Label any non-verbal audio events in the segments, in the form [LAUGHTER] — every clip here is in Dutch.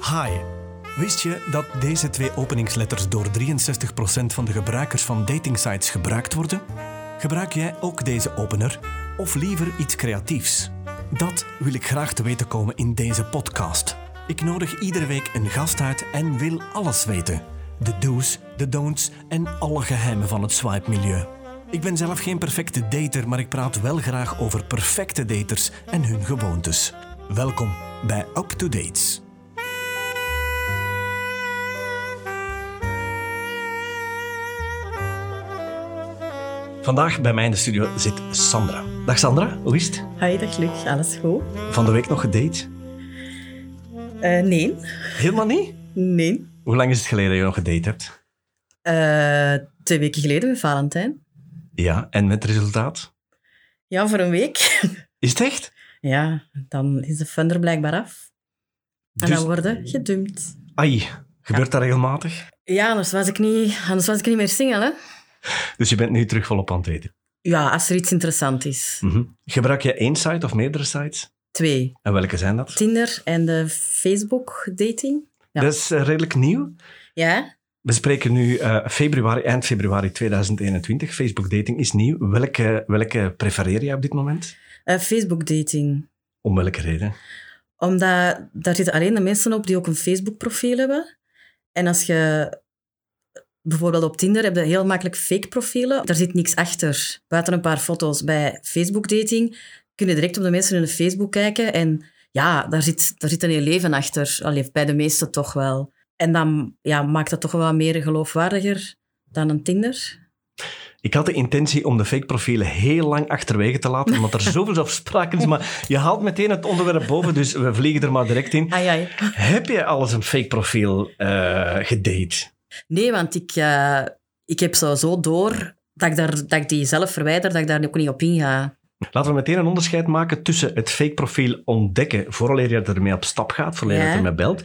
Hi. Wist je dat deze twee openingsletters door 63% van de gebruikers van datingsites gebruikt worden? Gebruik jij ook deze opener of liever iets creatiefs? Dat wil ik graag te weten komen in deze podcast. Ik nodig iedere week een gast uit en wil alles weten. De do's, de don'ts en alle geheimen van het swipe-milieu. Ik ben zelf geen perfecte dater, maar ik praat wel graag over perfecte daters en hun gewoontes. Welkom bij Up to Dates. Vandaag bij mij in de studio zit Sandra. Dag Sandra, hoe is het? Hi, dag Luc. Alles goed? Van de week nog gedate? Eh, nee. Helemaal niet? Nee. Hoe lang is het geleden dat je nog gedate hebt? Eh, twee weken geleden bij Valentijn. Ja, en met resultaat? Ja, voor een week. [LAUGHS] Is het echt? ja, dan is de fun er blijkbaar af. En Dus- dan worden gedumpt. Ai, gebeurt dat regelmatig? Ja, anders was ik niet, anders was ik niet meer single, hè? Dus je bent nu terug volop aan het daten. Ja, als er iets interessants is. Mhm. Gebruik je één site of meerdere sites? Twee. En welke zijn dat? Tinder en de Facebook-dating. Ja. Dat is eh, redelijk nieuw. Ja, We spreken nu eh, februari, eind februari 2021. Facebook dating is nieuw. Welke, welke prefereer je op dit moment? Eh, Facebook-dating. Om welke reden? Omdat daar zitten alleen de mensen op die ook een Facebook-profiel hebben. En als je bijvoorbeeld op Tinder heb je heel makkelijk fake profielen. Daar zit niks achter. Buiten een paar foto's bij Facebook-dating kun je direct op de mensen in de Facebook kijken. En ja, daar zit, daar zit een heel leven achter. Allee, bij de meesten toch wel. En dan ja, maakt dat toch wel wat meer geloofwaardiger dan een Tinder. Ik had de intentie om de fake profielen heel lang achterwege te laten, [LAUGHS] omdat er zoveel afspraken is. Maar je haalt meteen het onderwerp boven, dus we vliegen er maar direct in. Ai, ai. Heb je alles een fake profiel eh, gedate? Nee, want ik, eh, ik heb sowieso door dat ik, daar, dat ik die zelf verwijder, dat ik daar ook niet op inga. Laten we meteen een onderscheid maken tussen het fake profiel ontdekken, vooraleer je ermee op stap gaat, vooraleer je Ja. ermee belt.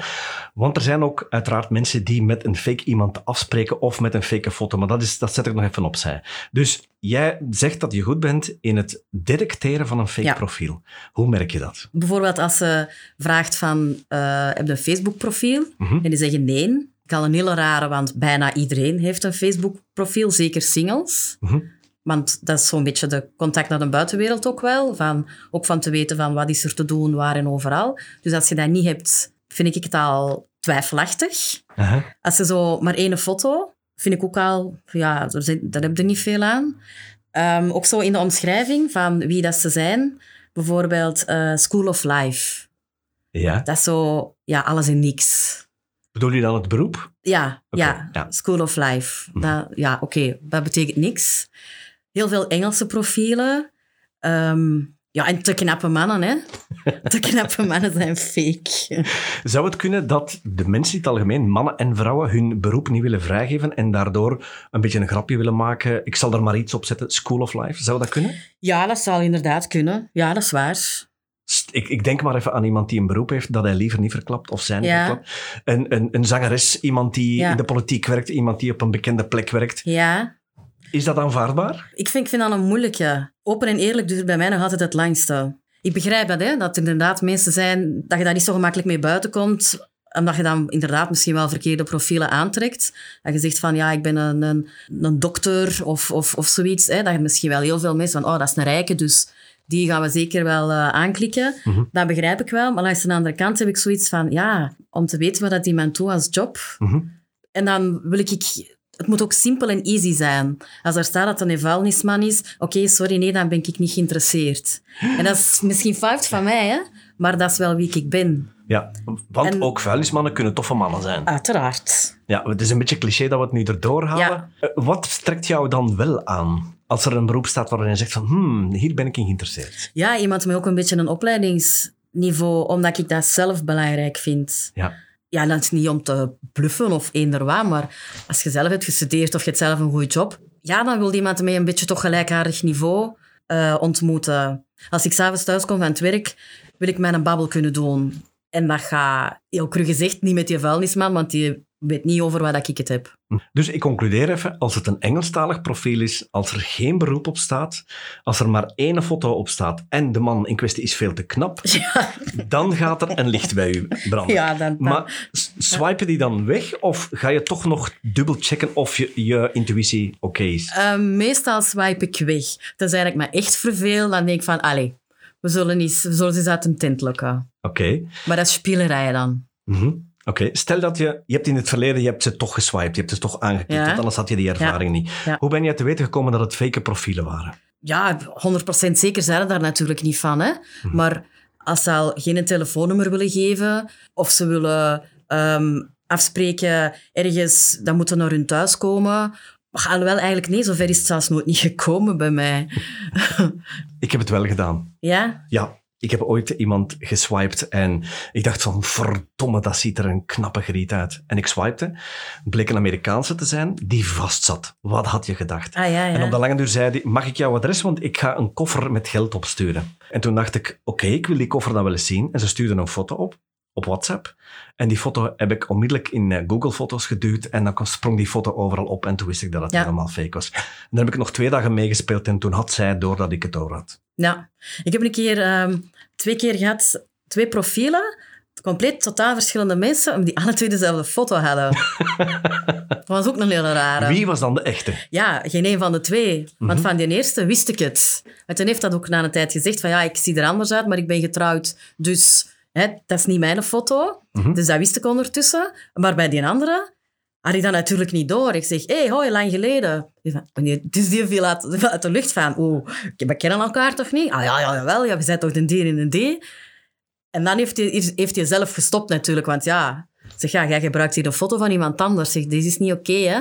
Want er zijn ook uiteraard mensen die met een fake iemand afspreken of met een fake foto, maar dat, is, dat zet ik nog even opzij. Dus jij zegt dat je goed bent in het detecteren van een fake Ja. profiel. Hoe merk je dat? Bijvoorbeeld als ze vraagt van, eh, heb je een Facebook-profiel? Mhm. En die zeggen nee. Ik al een hele rare, want bijna iedereen heeft een Facebook-profiel, zeker singles. Mhm. Want dat is zo'n beetje de contact naar de buitenwereld ook wel. Van, ook van te weten van wat is er te doen, waar en overal. Dus als je dat niet hebt, vind ik het al twijfelachtig. Aha. Als ze zo maar één foto, vind ik ook al, ja, er zijn- daar heb je niet veel aan. Ehm, ook zo in de omschrijving van wie dat ze zijn. Bijvoorbeeld eh, School of Life. Ja. Dat is zo, ja, alles en niks. Bedoel je dan het beroep? Ja, Oké, ja, ja. School of Life. Mhm. Dat, ja, oké, dat betekent niks. Heel veel Engelse profielen. Ehm, ja, en te knappe mannen, [LAUGHS] hè. te knappe mannen zijn fake. Zou het kunnen dat de mensen in het algemeen, mannen en vrouwen, hun beroep niet willen vrijgeven en daardoor een beetje een grapje willen maken? Ik zal er maar iets op zetten. School of Life, zou dat kunnen? ja, dat zou inderdaad kunnen. Ja, dat is waar. St- Ik, ik denk maar even aan iemand die een beroep heeft dat hij liever niet verklapt of zijn niet Ja. verklapt. Een, een, een zangeres, iemand die Ja. in de politiek werkt, iemand die op een bekende plek werkt. Ja. Is dat aanvaardbaar? Ik vind, ik vind dat een moeilijke. Open en eerlijk duurt bij mij nog altijd het langste. Ik begrijp dat, hè, dat er inderdaad mensen zijn dat je daar niet zo gemakkelijk mee buiten komt omdat je dan inderdaad misschien wel verkeerde profielen aantrekt. Dat je zegt van, ja, ik ben een, een, een dokter of, of, of zoiets. Hè. Dat je misschien wel heel veel mensen van, oh, dat is een rijke, dus die gaan we zeker wel eh, aanklikken. Mhm. Dat begrijp ik wel. Maar langs de andere kant heb ik zoiets van, ja, om te weten wat dat die man doet als job, Mhm. en dan wil ik, ik... Het moet ook simpel en easy zijn. Als er staat dat het een vuilnisman is, oké, sorry, nee, dan ben ik niet geïnteresseerd. En dat is misschien fout van mij, hè? maar dat is wel wie ik ben. Ja, want En- ook vuilnismannen kunnen toffe mannen zijn. Uiteraard. Ja, het is een beetje cliché dat we het nu erdoor halen. Eh, Wat trekt jou dan wel aan als er een beroep staat waarin je zegt van hmm, hier ben ik in geïnteresseerd? Ja, iemand met ook een beetje een opleidingsniveau, omdat ik dat zelf belangrijk vind. Ja. Ja, dat is niet om te bluffen of eender waar, maar als je zelf hebt gestudeerd of je hebt zelf een goede job, ja, dan wil iemand met een beetje toch gelijkaardig niveau eh, ontmoeten. Als ik s'avonds thuis kom van het werk, wil ik mijn babbel kunnen doen. En dat gaat, heel cru gezegd, niet met die vuilnisman, want die weet niet over wat ik het heb. Dus ik concludeer even, als het een Engelstalig profiel is, als er geen beroep op staat, als er maar één foto op staat en de man in kwestie is veel te knap, [LAUGHS] Ja, dan gaat er een licht bij u branden. ja dan, dan- Maar s- swipen die dan weg of ga je toch nog dubbel checken of je, je intuïtie oké is? Eh, meestal swipe ik weg. Tenzij ik me echt verveel, dan denk ik van, allee, we zullen eens, we zullen eens uit een tent lukken. Oké. Maar dat is spielerij dan. Mhm. Oké, stel dat je, je hebt in het verleden, je hebt ze toch geswiped, je hebt ze toch aangeklikt, Ja. want anders had je die ervaring niet. Ja. Hoe ben je te weten gekomen dat het fake profielen waren? Ja, 100% zeker zijn we daar natuurlijk niet van. Hè? Mhm. Maar als ze al geen telefoonnummer willen geven of ze willen ehm, afspreken ergens, dan moeten ze naar hun thuis komen. Alhoewel, eigenlijk nee, zover is het zelfs nooit niet gekomen bij mij. [LAUGHS] Ik heb het wel gedaan. Ja? Ja, ik heb ooit iemand geswiped en ik dacht van, verdomme, dat ziet er een knappe griet uit. En ik swipte, bleek een Amerikaanse te zijn die vast zat. Wat had je gedacht? Ah ja, ja. En op de lange duur zei hij, mag ik jouw adres, want ik ga een koffer met geld opsturen. En toen dacht ik, oké, ik wil die koffer dan wel eens zien. En ze stuurde een foto op, op WhatsApp. En die foto heb ik onmiddellijk in eh, Google Foto's geduwd. En dan kon- sprong die foto overal op en toen wist ik dat het Ja. helemaal fake was. En dan heb ik nog twee dagen meegespeeld en toen had zij door dat ik het door had. Ja, ik heb een keer ehm, twee keer gehad, twee profielen, compleet totaal verschillende mensen, maar die alle twee dezelfde foto [LAUGHS] hadden. dat was ook een hele rare. Wie was dan de echte? Ja, geen een van de twee. Want Mhm. van die eerste wist ik het. En toen heeft dat ook na een tijd gezegd van ja, ik zie er anders uit, maar ik ben getrouwd, dus hè, dat is niet mijn foto. Mhm. Dus dat wist ik ondertussen. Maar bij die andere had ik dat natuurlijk niet door. Ik zeg, hé, hey, hoi, lang geleden. Die van, "Oh nee," Dus die viel uit, [LAUGHS] uit de lucht van, oeh, we kennen elkaar toch niet? Ah ja, ja, jawel, ja, we zijn toch de D en de D. En dan heeft hij heeft- heeft hij zelf gestopt natuurlijk, want ja... ik Zeg, ja, jij gebruikt hier een foto van iemand anders. Zeg, dit is niet oké, hè?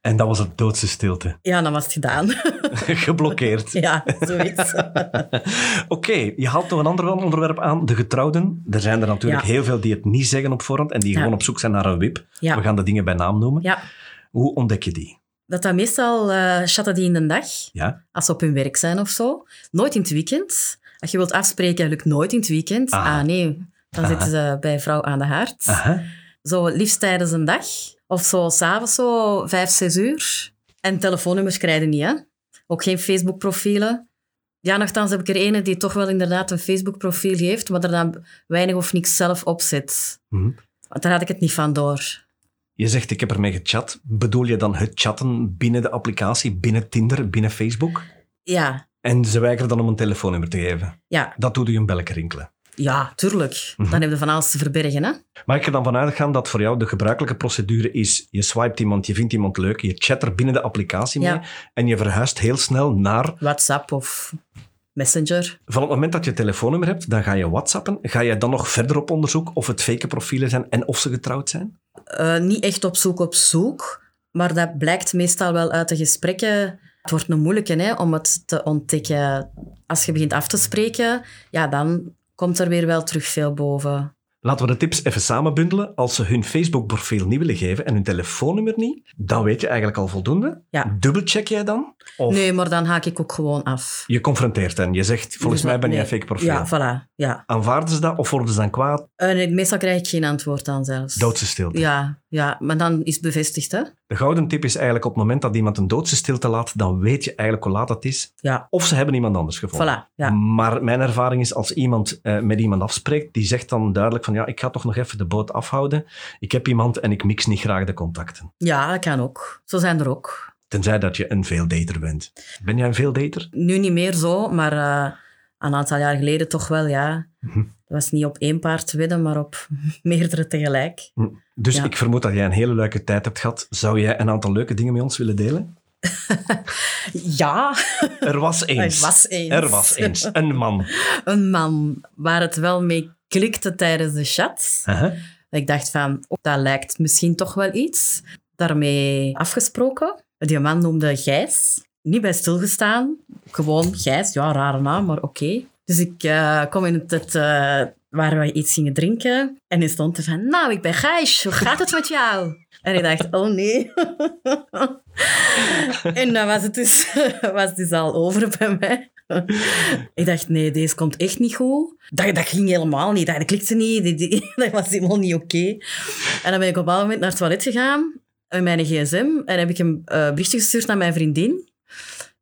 En dat was het doodse stilte. [LAUGHS] Ja, dan was het gedaan. Geblokkeerd. [LAUGHS] Ja, [LAUGHS] zoiets. Oké, je haalt nog een ander onderwerp aan, de getrouwden. Er zijn er natuurlijk Ja. heel veel die het niet zeggen op voorhand en die Ja. gewoon op zoek zijn naar een wip. Ja. We gaan de dingen bij naam noemen. ja, Hoe ontdek je die? dat dat meestal eh chatten die in de dag, Ja? als ze op hun werk zijn of zo. Nooit in het weekend. Als je wilt afspreken, lukt nooit in het weekend. Ah. Ah, nee. Dan Ah. zitten ze bij vrouw aan de haard. Aha. Zo liefst tijdens een dag. Of zo s'avonds, zo vijf, zes uur. En telefoonnummers krijgen niet, hè. Ook geen Facebookprofielen. Ja, nogthans heb ik er ene die toch wel inderdaad een Facebookprofiel heeft, maar er dan weinig of niks zelf op zit. Mhm. Want daar had ik het niet van door. Je zegt, ik heb ermee gechat. Bedoel je dan het chatten binnen de applicatie, binnen Tinder, binnen Facebook? Ja, En ze weigeren dan om een telefoonnummer te geven. ja, Dat doet u een belletje rinkelen. Ja, tuurlijk. Mhm. Dan heb je van alles te verbergen, hè? Maar ik er dan vanuit gaan dat voor jou de gebruikelijke procedure is, je swipet iemand, je vindt iemand leuk, je chat er binnen de applicatie Ja. mee en je verhuist heel snel naar... WhatsApp of Messenger. Van het moment dat je een telefoonnummer hebt, dan ga je whatsappen. Ga je dan nog verder op onderzoek of het fake profielen zijn en of ze getrouwd zijn? Eh, niet echt op zoek op zoek, maar dat blijkt meestal wel uit de gesprekken. Het wordt een moeilijke hè, om het te ontdekken. Als je begint af te spreken, ja, dan komt er weer wel terug veel boven. Laten we de tips even samenbundelen. Als ze hun Facebook-profiel niet willen geven en hun telefoonnummer niet, dan weet je eigenlijk al voldoende. Ja. Dubbelcheck jij dan? Of Nee, maar dan haak ik ook gewoon af. Dus je confronteert hen. Je zegt, volgens mij ben je Nee. een fake profiel. Ja, voilà. Ja. Aanvaarden ze dat of worden ze dan kwaad? Eh, nee, meestal krijg ik geen antwoord dan zelfs. Doodse stilte. Ja, ja, maar dan is het bevestigd, hè? De gouden tip is eigenlijk op het moment dat iemand een doodse stilte laat, dan weet je eigenlijk hoe laat het is. Ja, Of ze hebben iemand anders gevonden. voilà. Ja. Maar mijn ervaring is, als iemand eh, met iemand afspreekt, die zegt dan duidelijk van ja, ik ga toch nog even de boot afhouden. Ik heb iemand en ik mix niet graag de contacten. ja, dat kan ook. Zo zijn er ook. Tenzij dat je een veeldater bent. Ben jij een veeldater? nu niet meer zo, maar eh, een aantal jaar geleden toch wel, ja. Mhm. Het was niet op één paard wedden, maar op [LAUGHS] meerdere tegelijk. Dus Ja. ik vermoed dat jij een hele leuke tijd hebt gehad. Zou jij een aantal leuke dingen met ons willen delen? Ja, Er was eens. [LAUGHS] er was eens. Er was eens. Een man. [LAUGHS] Een man waar het wel mee klikte tijdens de chat. Aha. Ik dacht van, oh, dat lijkt misschien toch wel iets. Daarmee afgesproken. Die man noemde Gijs. Niet bij stilgestaan. Gewoon Gijs. Ja, rare naam, maar oké. Dus ik eh kom in het... eh waar we iets gingen drinken. En hij stond er van, nou, ik ben Gijs. Hoe gaat het met jou? En ik dacht, oh nee. [LAUGHS] en dan was het, dus, was het dus al over bij mij. ik dacht, nee, deze komt echt niet goed. Dat, dat ging helemaal niet. Dat, dat klikte niet. Die- die- [LAUGHS] dat was helemaal niet oké. En dan ben ik op een bepaald moment naar het toilet gegaan met mijn gsm. En heb ik een eh, berichtje gestuurd naar mijn vriendin.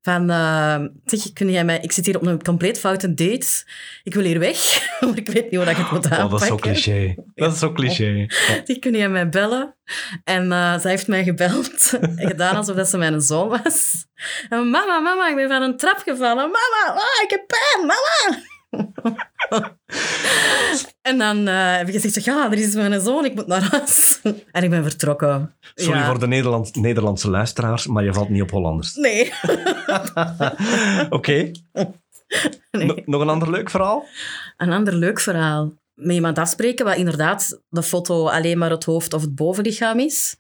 Van, eh, zeg, kun jij mij... Ik zit hier op een compleet foute date. Ik wil hier weg, [LAUGHS] maar ik weet niet hoe dat ik het moet aanpakken. Oh, dat is zo cliché. Dat is zo cliché. Die kun jij mij bellen. En eh, zij heeft mij gebeld. [LAUGHS] En gedaan alsof dat ze mijn zoon was. En mama, mama, ik ben van een trap gevallen. Mama, ah, ik heb pijn, mama. [LAUGHS] en dan eh, heb ik gezegd, ja, er is mijn zoon, ik moet naar huis. [LAUGHS] en ik ben vertrokken. Sorry Ja. voor de Nederland, Nederlandse luisteraars, maar je valt niet op [LAUGHS] Hollanders. Nee. Oké. Nog- Nog een ander leuk verhaal? Een ander leuk verhaal. Met iemand afspreken waar inderdaad de foto alleen maar het hoofd of het bovenlichaam is.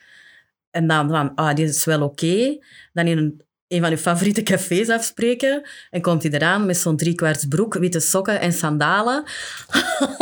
En dan van, ah, dit is wel oké. Dan in een, een van je favoriete cafés afspreken. En komt hij eraan met zo'n driekwarts broek, witte sokken en sandalen. [LAUGHS]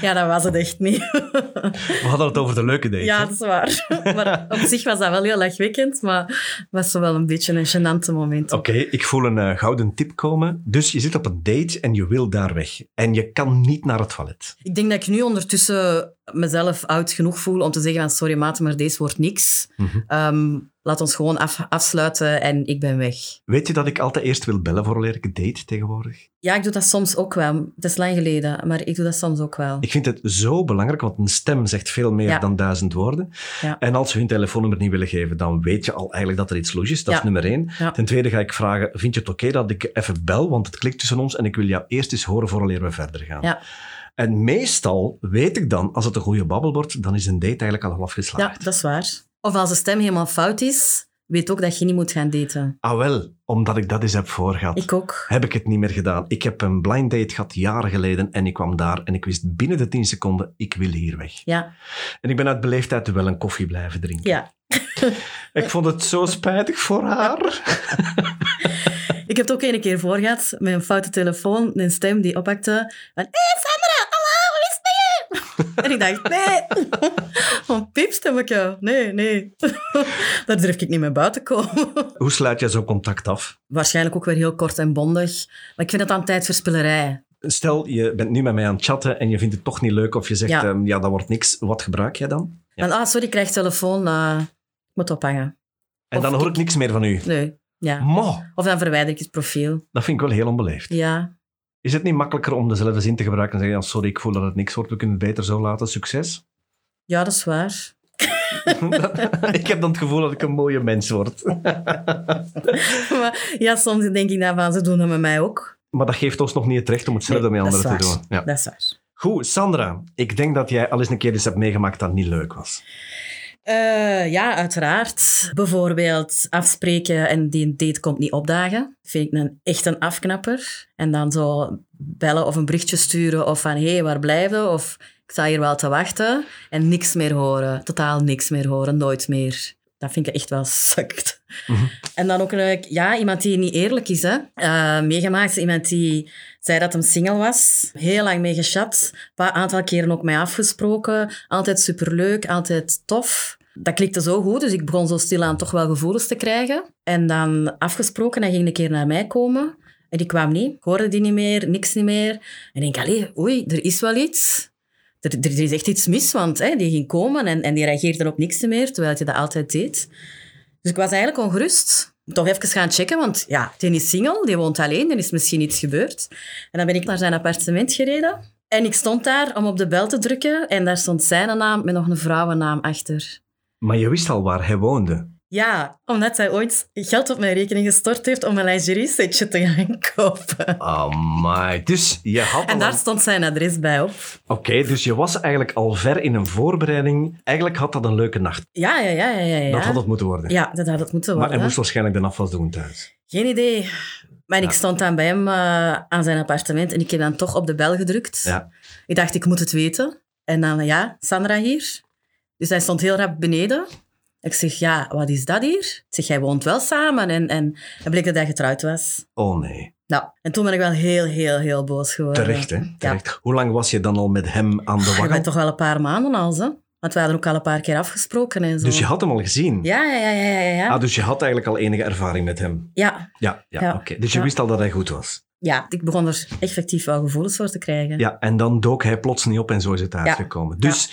ja, dat was het echt niet. We hadden het over de leuke dates. ja, hè? dat is waar. [LAUGHS] maar op zich was dat wel heel lachwekkend. Maar het was wel een beetje een gênante moment. Oké, ik voel een eh, gouden tip komen. Dus je zit op een date en je wil daar weg. En je kan niet naar het toilet. Ik denk dat ik nu ondertussen mezelf oud genoeg voel om te zeggen van sorry maat, maar deze wordt niks. Mhm. Ehm, laat ons gewoon af- afsluiten en ik ben weg. Weet je dat ik altijd eerst wil bellen voor ik een date tegenwoordig? Ja, ik doe dat soms ook wel. Het is lang geleden, maar ik doe dat soms ook wel. Ik vind het zo belangrijk, want een stem zegt veel meer Ja. dan duizend woorden. Ja. En als ze hun telefoonnummer niet willen geven, dan weet je al eigenlijk dat er iets loes is. Dat is Ja. nummer één. Ja. Ten tweede ga ik vragen, vind je het oké dat ik even bel? Want het klikt tussen ons en ik wil jou eerst eens horen vooraleer we verder gaan. Ja. En meestal weet ik dan, als het een goede babbel wordt, dan is een date eigenlijk al half Ja, geslaagd. dat is waar. Of als de stem helemaal fout is, weet ook dat je niet moet gaan daten. Ah wel, omdat ik dat eens heb voorgehad. Ik ook. heb ik het niet meer gedaan. Ik heb een blind date gehad jaren geleden en ik kwam daar en ik wist binnen de 10 seconden, ik wil hier weg. Ja, En ik ben uit beleefdheid wel een koffie blijven drinken. ja. Ik vond het zo spijtig voor haar. [LAUGHS] Ik heb het ook een keer voor gehad met een foute telefoon, een stem die oppakte. Van, hé hey Sandra, hallo, hoe is het met je? En ik dacht, nee, [LAUGHS] van piepstemmetje, nee, nee. [LAUGHS] Daar durf ik niet mee buiten komen. [LAUGHS] Hoe sluit jij zo'n contact af? Waarschijnlijk ook weer heel kort en bondig. Maar ik vind dat dan tijdverspillerij. Stel, je bent nu met mij aan het chatten en je vindt het toch niet leuk of je zegt, Ja. ja, ja dat wordt niks. Wat gebruik jij dan? Ja. Van, ah, sorry, ik krijg telefoon. eh, ik moet ophangen. En dan Of hoor ik niks meer van u. Nee, ja. Mo, Of dan verwijder ik het profiel. dat vind ik wel heel onbeleefd. Ja. Is het niet makkelijker om dezelfde zin te gebruiken en te zeggen, ja, sorry, ik voel dat het niks wordt, we kunnen het beter zo laten, succes? [LAUGHS] ja, dat is waar. [LAUGHS] ik heb dan het gevoel dat ik een mooie mens word. maar ja, soms denk ik dan van, ze doen dat met mij ook. Maar dat geeft ons nog niet het recht om hetzelfde Nee, met dat is anderen te waar. doen. Ja. Dat is waar. Goed, Sandra, ik denk dat jij al eens een keer iets hebt meegemaakt dat niet leuk was. Eh, ja, uiteraard. Bijvoorbeeld afspreken en die date komt niet opdagen. Vind ik een, echt een afknapper. En dan zo bellen of een berichtje sturen of van hé, hey, waar blijven? Of ik sta hier wel te wachten. En niks meer horen. Totaal niks meer horen. Nooit meer. Dat vind ik echt wel [LAUGHS] sukt. Mhm. En dan ook eh, ja, iemand die niet eerlijk is. Hè. Eh, meegemaakt, iemand die zei dat hem single was. Heel lang mee gechat. Een paar aantal keren ook mee afgesproken. Altijd superleuk, altijd tof. Dat klikte zo goed, dus ik begon zo stilaan toch wel gevoelens te krijgen. En dan afgesproken, hij ging een keer naar mij komen. En die kwam niet. Ik hoorde die niet meer, niks niet meer. En ik denk, allee, oei, er is wel iets. Er, er, er is echt iets mis, want hè, die ging komen en, en die reageerde op niks meer, terwijl je dat altijd deed. Dus ik was eigenlijk ongerust. Toch even gaan checken, want ja, die is single, die woont alleen, er is misschien iets gebeurd. En dan ben ik naar zijn appartement gereden. En ik stond daar om op de bel te drukken en daar stond zijn naam met nog een vrouwennaam achter. Maar je wist al waar hij woonde. Ja, omdat hij ooit geld op mijn rekening gestort heeft om een lingerie-setje te gaan [LAUGHS] kopen. Amai. Dus je had al En daar een- stond zijn adres bij op. Oké, dus je was eigenlijk al ver in een voorbereiding. Eigenlijk had dat een leuke nacht. Ja, ja, ja, ja, ja. ja. Dat had het moeten worden. Ja, dat had het moeten maar worden. hij moest waarschijnlijk de afwas doen thuis. Geen idee. Maar Ja. ik stond dan bij hem eh, aan zijn appartement en ik heb dan toch op de bel gedrukt. Ja. Ik dacht, ik moet het weten. En dan, ja, Sandra hier. Dus hij stond heel rap beneden. Ik zeg, ja, wat is dat hier? Ik zeg, jij woont wel samen. En, en dan bleek dat hij getrouwd was. Oh nee. Nou, en toen ben ik wel heel, heel, heel boos geworden. Terecht, hè? Terecht. Hoe lang was je dan al met hem aan de Je wacht? bent toch wel een paar maanden al, hè? Want we hadden ook al een paar keer afgesproken en zo. Dus je had hem al gezien? Ja, ja, ja, ja, ja. ja. Ah, dus je had eigenlijk al enige ervaring met hem? ja. Ja, ja, Ja. oké. Dus je Ja. wist al dat hij goed was? Ja, ik begon er effectief wel gevoelens voor te krijgen. Ja, en dan dook hij plots niet op en zo is het uitgekomen. Ja. Dus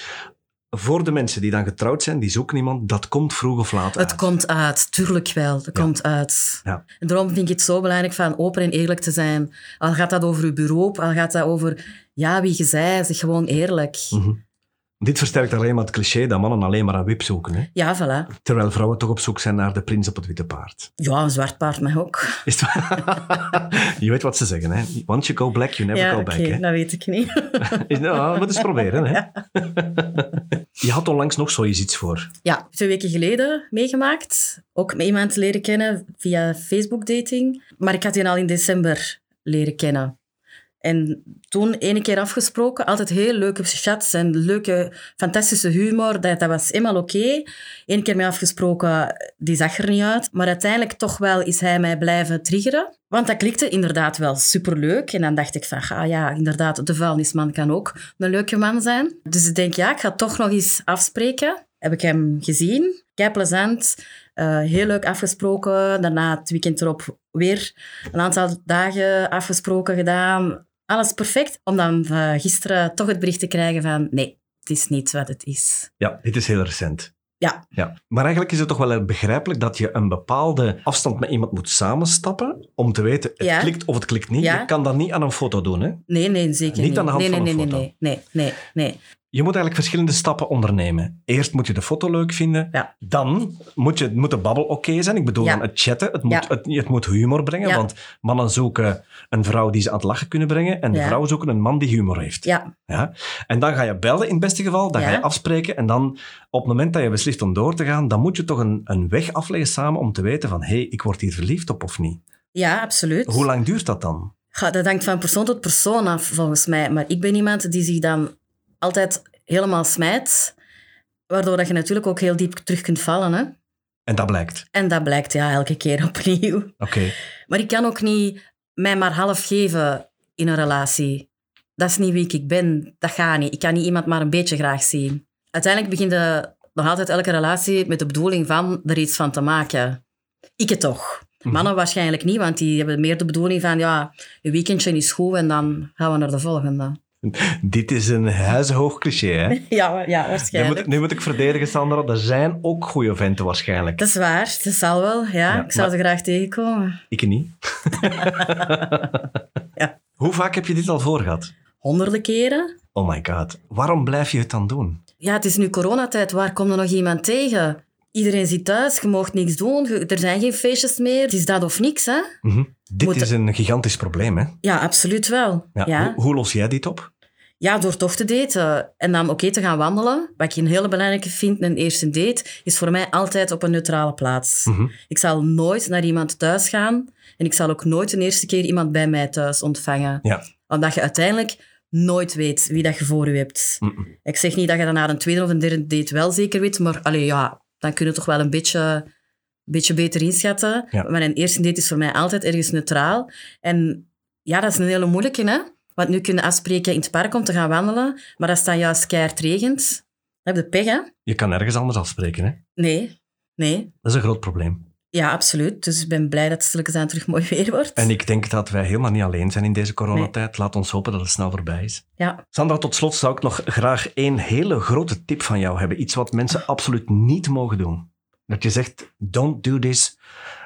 voor de mensen die dan getrouwd zijn, die zoeken iemand, dat komt vroeg of laat uit. Het komt uit, tuurlijk wel. Het Ja. komt uit. Ja. En daarom vind ik het zo belangrijk van open en eerlijk te zijn. Al gaat dat over uw bureau, al gaat dat over ja, wie je zij, zeg gewoon eerlijk. Mhm. Dit versterkt alleen maar het cliché dat mannen alleen maar aan wip zoeken. Hè? Ja, voilà. Terwijl vrouwen toch op zoek zijn naar de prins op het witte paard. Ja, een zwart paard mag ook. Is het waar? [LAUGHS] je weet wat ze zeggen, hè? Once you go black, you never ja, go oké, back. Hè? dat weet ik niet. [LAUGHS] Is- Nou, wat eens proberen, hè? [LAUGHS] je had onlangs nog zoiets iets voor. Ja, twee weken geleden meegemaakt. Ook met iemand leren kennen via Facebook dating. Maar ik had die al in december leren kennen. En toen ene keer afgesproken, altijd heel leuke chats en leuke, fantastische humor. Dat, dat was eenmaal oké. Eén keer mee afgesproken, die zag er niet uit. Maar uiteindelijk toch wel is hij mij blijven triggeren. Want dat klikte inderdaad wel superleuk. En dan dacht ik van, ah ja, inderdaad, de vuilnisman kan ook een leuke man zijn. Dus ik denk, ja, ik ga toch nog eens afspreken. Heb ik hem gezien. Kei plezant. eh, heel leuk afgesproken. Daarna het weekend erop weer een aantal dagen afgesproken gedaan. Alles perfect. Om dan eh, gisteren toch het bericht te krijgen van, nee, het is niet wat het is. Ja, dit is heel recent. Ja. ja. Maar eigenlijk is het toch wel begrijpelijk dat je een bepaalde afstand met iemand moet samenstappen om te weten, het Ja. klikt of het klikt niet. Ja. Je kan dat niet aan een foto doen, hè? Nee, nee, zeker Niet niet. aan de hand nee, van nee, een nee, foto. Nee, nee, nee, nee. Je moet eigenlijk verschillende stappen ondernemen. Eerst moet je de foto leuk vinden. Ja. Dan moet, je, moet de babbel oké zijn. Ik bedoel Ja. dan het chatten. Het moet, Ja. het, het moet humor brengen. Ja. Want mannen zoeken een vrouw die ze aan het lachen kunnen brengen. En de Ja. vrouwen zoeken een man die humor heeft. Ja, Ja? En dan ga je bellen in het beste geval. Dan ga je Ja. afspreken. En dan op het moment dat je beslist om door te gaan. Dan moet je toch een, een weg afleggen samen om te weten van... Hé, hey, ik word hier verliefd op of niet. ja, absoluut. Hoe lang duurt dat dan? Ja, dat hangt van persoon tot persoon af, volgens mij. Maar ik ben iemand die zich dan altijd helemaal smijt. Waardoor dat je natuurlijk ook heel diep terug kunt vallen. Hè? En dat blijkt. En dat blijkt ja, elke keer [LAUGHS] opnieuw. Oké. [LAUGHS] Maar ik kan ook niet mij maar half geven in een relatie. Dat is niet wie ik ben. Dat gaat niet. Ik kan niet iemand maar een beetje graag zien. Uiteindelijk begint de- nog altijd elke relatie met de bedoeling van er iets van te maken. Ik het toch. Mhm. Mannen waarschijnlijk niet, want die hebben meer de bedoeling van ja, een weekendje is goed en dan gaan we naar de volgende. Dit is een huizenhoog cliché, hè? Ja, wa- ja Nu waarschijnlijk. moet, nu moet ik verdedigen, Sandra. Er zijn ook goede venten waarschijnlijk. Dat is waar. Dat zal wel, ja. Ja, ik zou maar- ze graag tegenkomen. Ik niet. [LAUGHS] Ja. Hoe vaak heb je dit al voor gehad? Honderden keren. Oh my god. Waarom blijf je het dan doen? Ja, het is nu coronatijd. Waar komt er nog iemand tegen? Iedereen zit thuis, je mag niks doen, je- er zijn geen feestjes meer. Het is dat of niks, hè? Mhm. Dit Moet- is een gigantisch probleem, hè? Ja, absoluut wel. Ja. Ja, ja. Hoe, hoe los jij dit op? door toch te daten en dan oké te gaan wandelen. Wat ik een hele belangrijke vind in een eerste date, is voor mij altijd op een neutrale plaats. Mhm. Ik zal nooit naar iemand thuis gaan en ik zal ook nooit de eerste keer iemand bij mij thuis ontvangen. Ja. Omdat je uiteindelijk nooit weet wie dat je voor je hebt. Mhm. Ik zeg niet dat je dan na een tweede of een derde date wel zeker weet, maar allee, ja, dan kun je toch wel een beetje, beetje beter inschatten. Ja. Maar een eerste date is voor mij altijd ergens neutraal. En ja, dat is een hele moeilijke, hè? Want nu kunnen afspreken in het park om te gaan wandelen, maar dat staat juist keihard regent. Dan heb je pech, hè? Je kan ergens anders afspreken, hè? Nee, nee. Dat is een groot probleem. Ja, absoluut. Dus ik ben blij dat het stilletjes aan terug mooi weer wordt. En ik denk dat wij helemaal niet alleen zijn in deze coronatijd. Laat ons hopen dat het snel voorbij is. Ja. Sandra, tot slot zou ik nog graag één hele grote tip van jou hebben. Iets wat mensen absoluut niet mogen doen. Dat je zegt, don't do this.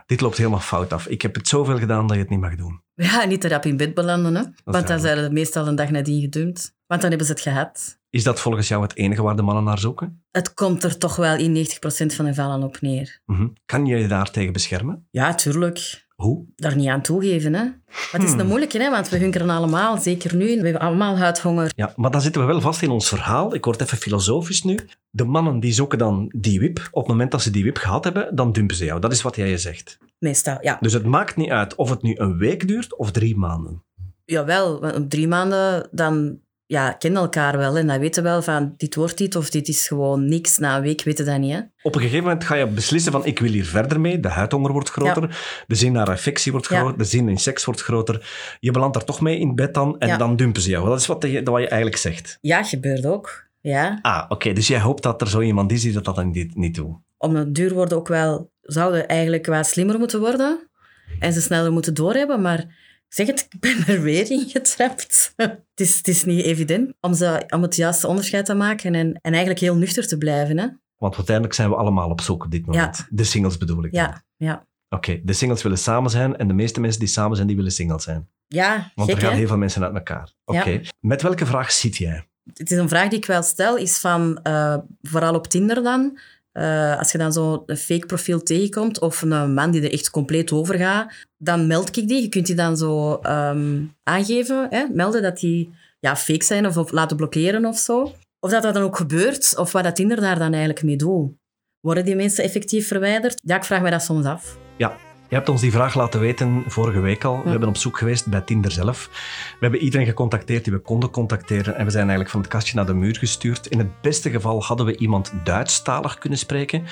Dit loopt helemaal fout af. Ik heb het zoveel gedaan dat je het niet mag doen. ja, niet te rap in bed belanden, hè? Want dan duidelijk. zijn ze meestal een dag nadien gedumpt. Want dan hebben ze het gehad. Is dat volgens jou het enige waar de mannen naar zoeken? Het komt er toch wel in 90% van de vallen op neer. Mhm. Kan je je daartegen beschermen? Ja, tuurlijk. Hoe? Daar niet aan toegeven, hè. Maar het is Hmm. een moeilijke, hè, want we hunkeren allemaal, zeker nu. We hebben allemaal huidhonger. Ja, maar dan zitten we wel vast in ons verhaal. Ik word even filosofisch nu. De mannen die zoeken dan die wip. Op het moment dat ze die wip gehad hebben, dan dumpen ze jou. Dat is wat jij je zegt. Meestal, ja. Dus het maakt niet uit of het nu een week duurt of drie maanden. Jawel, want op drie maanden, dan ja, kennen elkaar wel. En dan weten we wel van, dit wordt dit of dit is gewoon niks. Na een week weten dat niet, hè. Op een gegeven moment ga je beslissen van ik wil hier verder mee. De huidhonger wordt groter, de zin naar affectie wordt Ja. groter, de zin in seks wordt groter. Je belandt daar toch mee in bed dan en Ja. dan dumpen ze jou. Dat is wat je, wat je eigenlijk zegt. Ja, gebeurt ook. Ja, Ah, oké. dus jij hoopt dat er zo iemand is die dat, dat dan niet, niet doet. om het duur worden ook wel... Zouden eigenlijk wat slimmer moeten worden. En ze sneller moeten doorhebben, maar... ik Zeg het, ik ben er weer in getrapt. [LAUGHS] het, is, het is niet evident om, ze, om het juiste onderscheid te maken en, en eigenlijk heel nuchter te blijven. Hè? Want uiteindelijk zijn we allemaal op zoek op dit moment. De singles bedoel ik. dan. Ja, ja. Oké, de singles willen samen zijn en de meeste mensen die samen zijn, die willen single zijn. Ja, Want gek, er gaan hè? heel veel mensen uit elkaar. Oké. Ja. Met welke vraag zit jij? het is een vraag die ik wel stel, is van, eh, vooral op Tinder dan, eh, als je dan zo'n fake profiel tegenkomt of een man die er echt compleet over gaat, dan meld ik die. Je kunt die dan zo ehm, aangeven, hè, melden dat die ja, fake zijn of, of laten blokkeren of zo. Of dat dat dan ook gebeurt, of wat dat Tinder daar dan eigenlijk mee doet. Worden die mensen effectief verwijderd? Ja, ik vraag mij dat soms af. Je hebt ons die vraag laten weten vorige week al. We Ja. hebben op zoek geweest bij Tinder zelf. We hebben iedereen gecontacteerd die we konden contacteren. En we zijn eigenlijk van het kastje naar de muur gestuurd. In het beste geval hadden we iemand Duitsstalig kunnen spreken.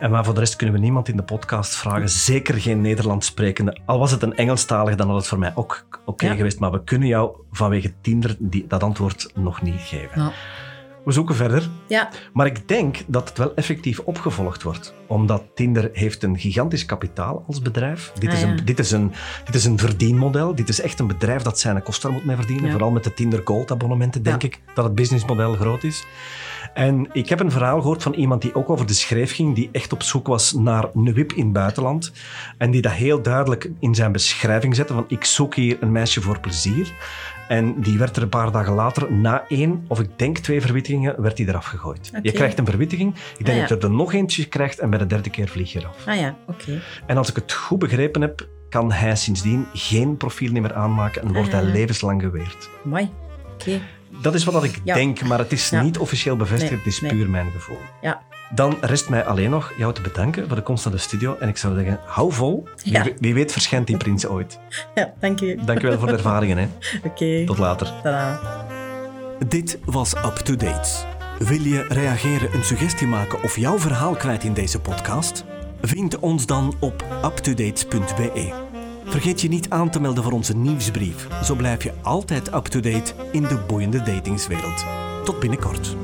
En maar voor de rest kunnen we niemand in de podcast vragen. Zeker geen Nederlands sprekende. Al was het een Engelstalig, dan had het voor mij ook oké Ja. geweest. Maar we kunnen jou vanwege Tinder die, dat antwoord nog niet geven. Ja. We zoeken verder. Ja, Maar ik denk dat het wel effectief opgevolgd wordt. Omdat Tinder heeft een gigantisch kapitaal als bedrijf. Dit, Ah, is, een, ja. dit, is, een, dit is een verdienmodel. Dit is echt een bedrijf dat zijn kosten moet mee verdienen. Ja. Vooral met de Tinder Gold abonnementen denk Ja. ik dat het businessmodel groot is. En ik heb een verhaal gehoord van iemand die ook over de schreef ging. Die echt op zoek was naar een wip in het buitenland. En die dat heel duidelijk in zijn beschrijving zette. Van ik zoek hier een meisje voor plezier. En die werd er een paar dagen later, na één of ik denk twee verwittigingen, werd die eraf gegooid. Je Oké. krijgt een verwittiging, ik denk Ah, ja. dat je er nog eentje krijgt en bij de derde keer vlieg je eraf. ah ja, oké. En als ik het goed begrepen heb, kan hij sindsdien geen profiel niet meer aanmaken en wordt Ah, ja. hij levenslang geweerd. Mooi. Oké. Dat is wat ik Ja. denk, maar het is Ja. niet officieel bevestigd, Nee, het is nee. puur mijn gevoel. Ja. Dan rest mij alleen nog jou te bedanken voor de komst naar de studio. En ik zou zeggen, hou vol. Wie, Ja. we- wie weet verschijnt die prins ooit. Ja, dank u. Dankjewel voor de ervaringen. Hè. Oké. Tot later. Tadaa. Dit was Up to Date. Wil je reageren, een suggestie maken of jouw verhaal kwijt in deze podcast? Vind ons dan op uptodate.be. Vergeet je niet aan te melden voor onze nieuwsbrief. Zo blijf je altijd up to date in de boeiende datingswereld. Tot binnenkort.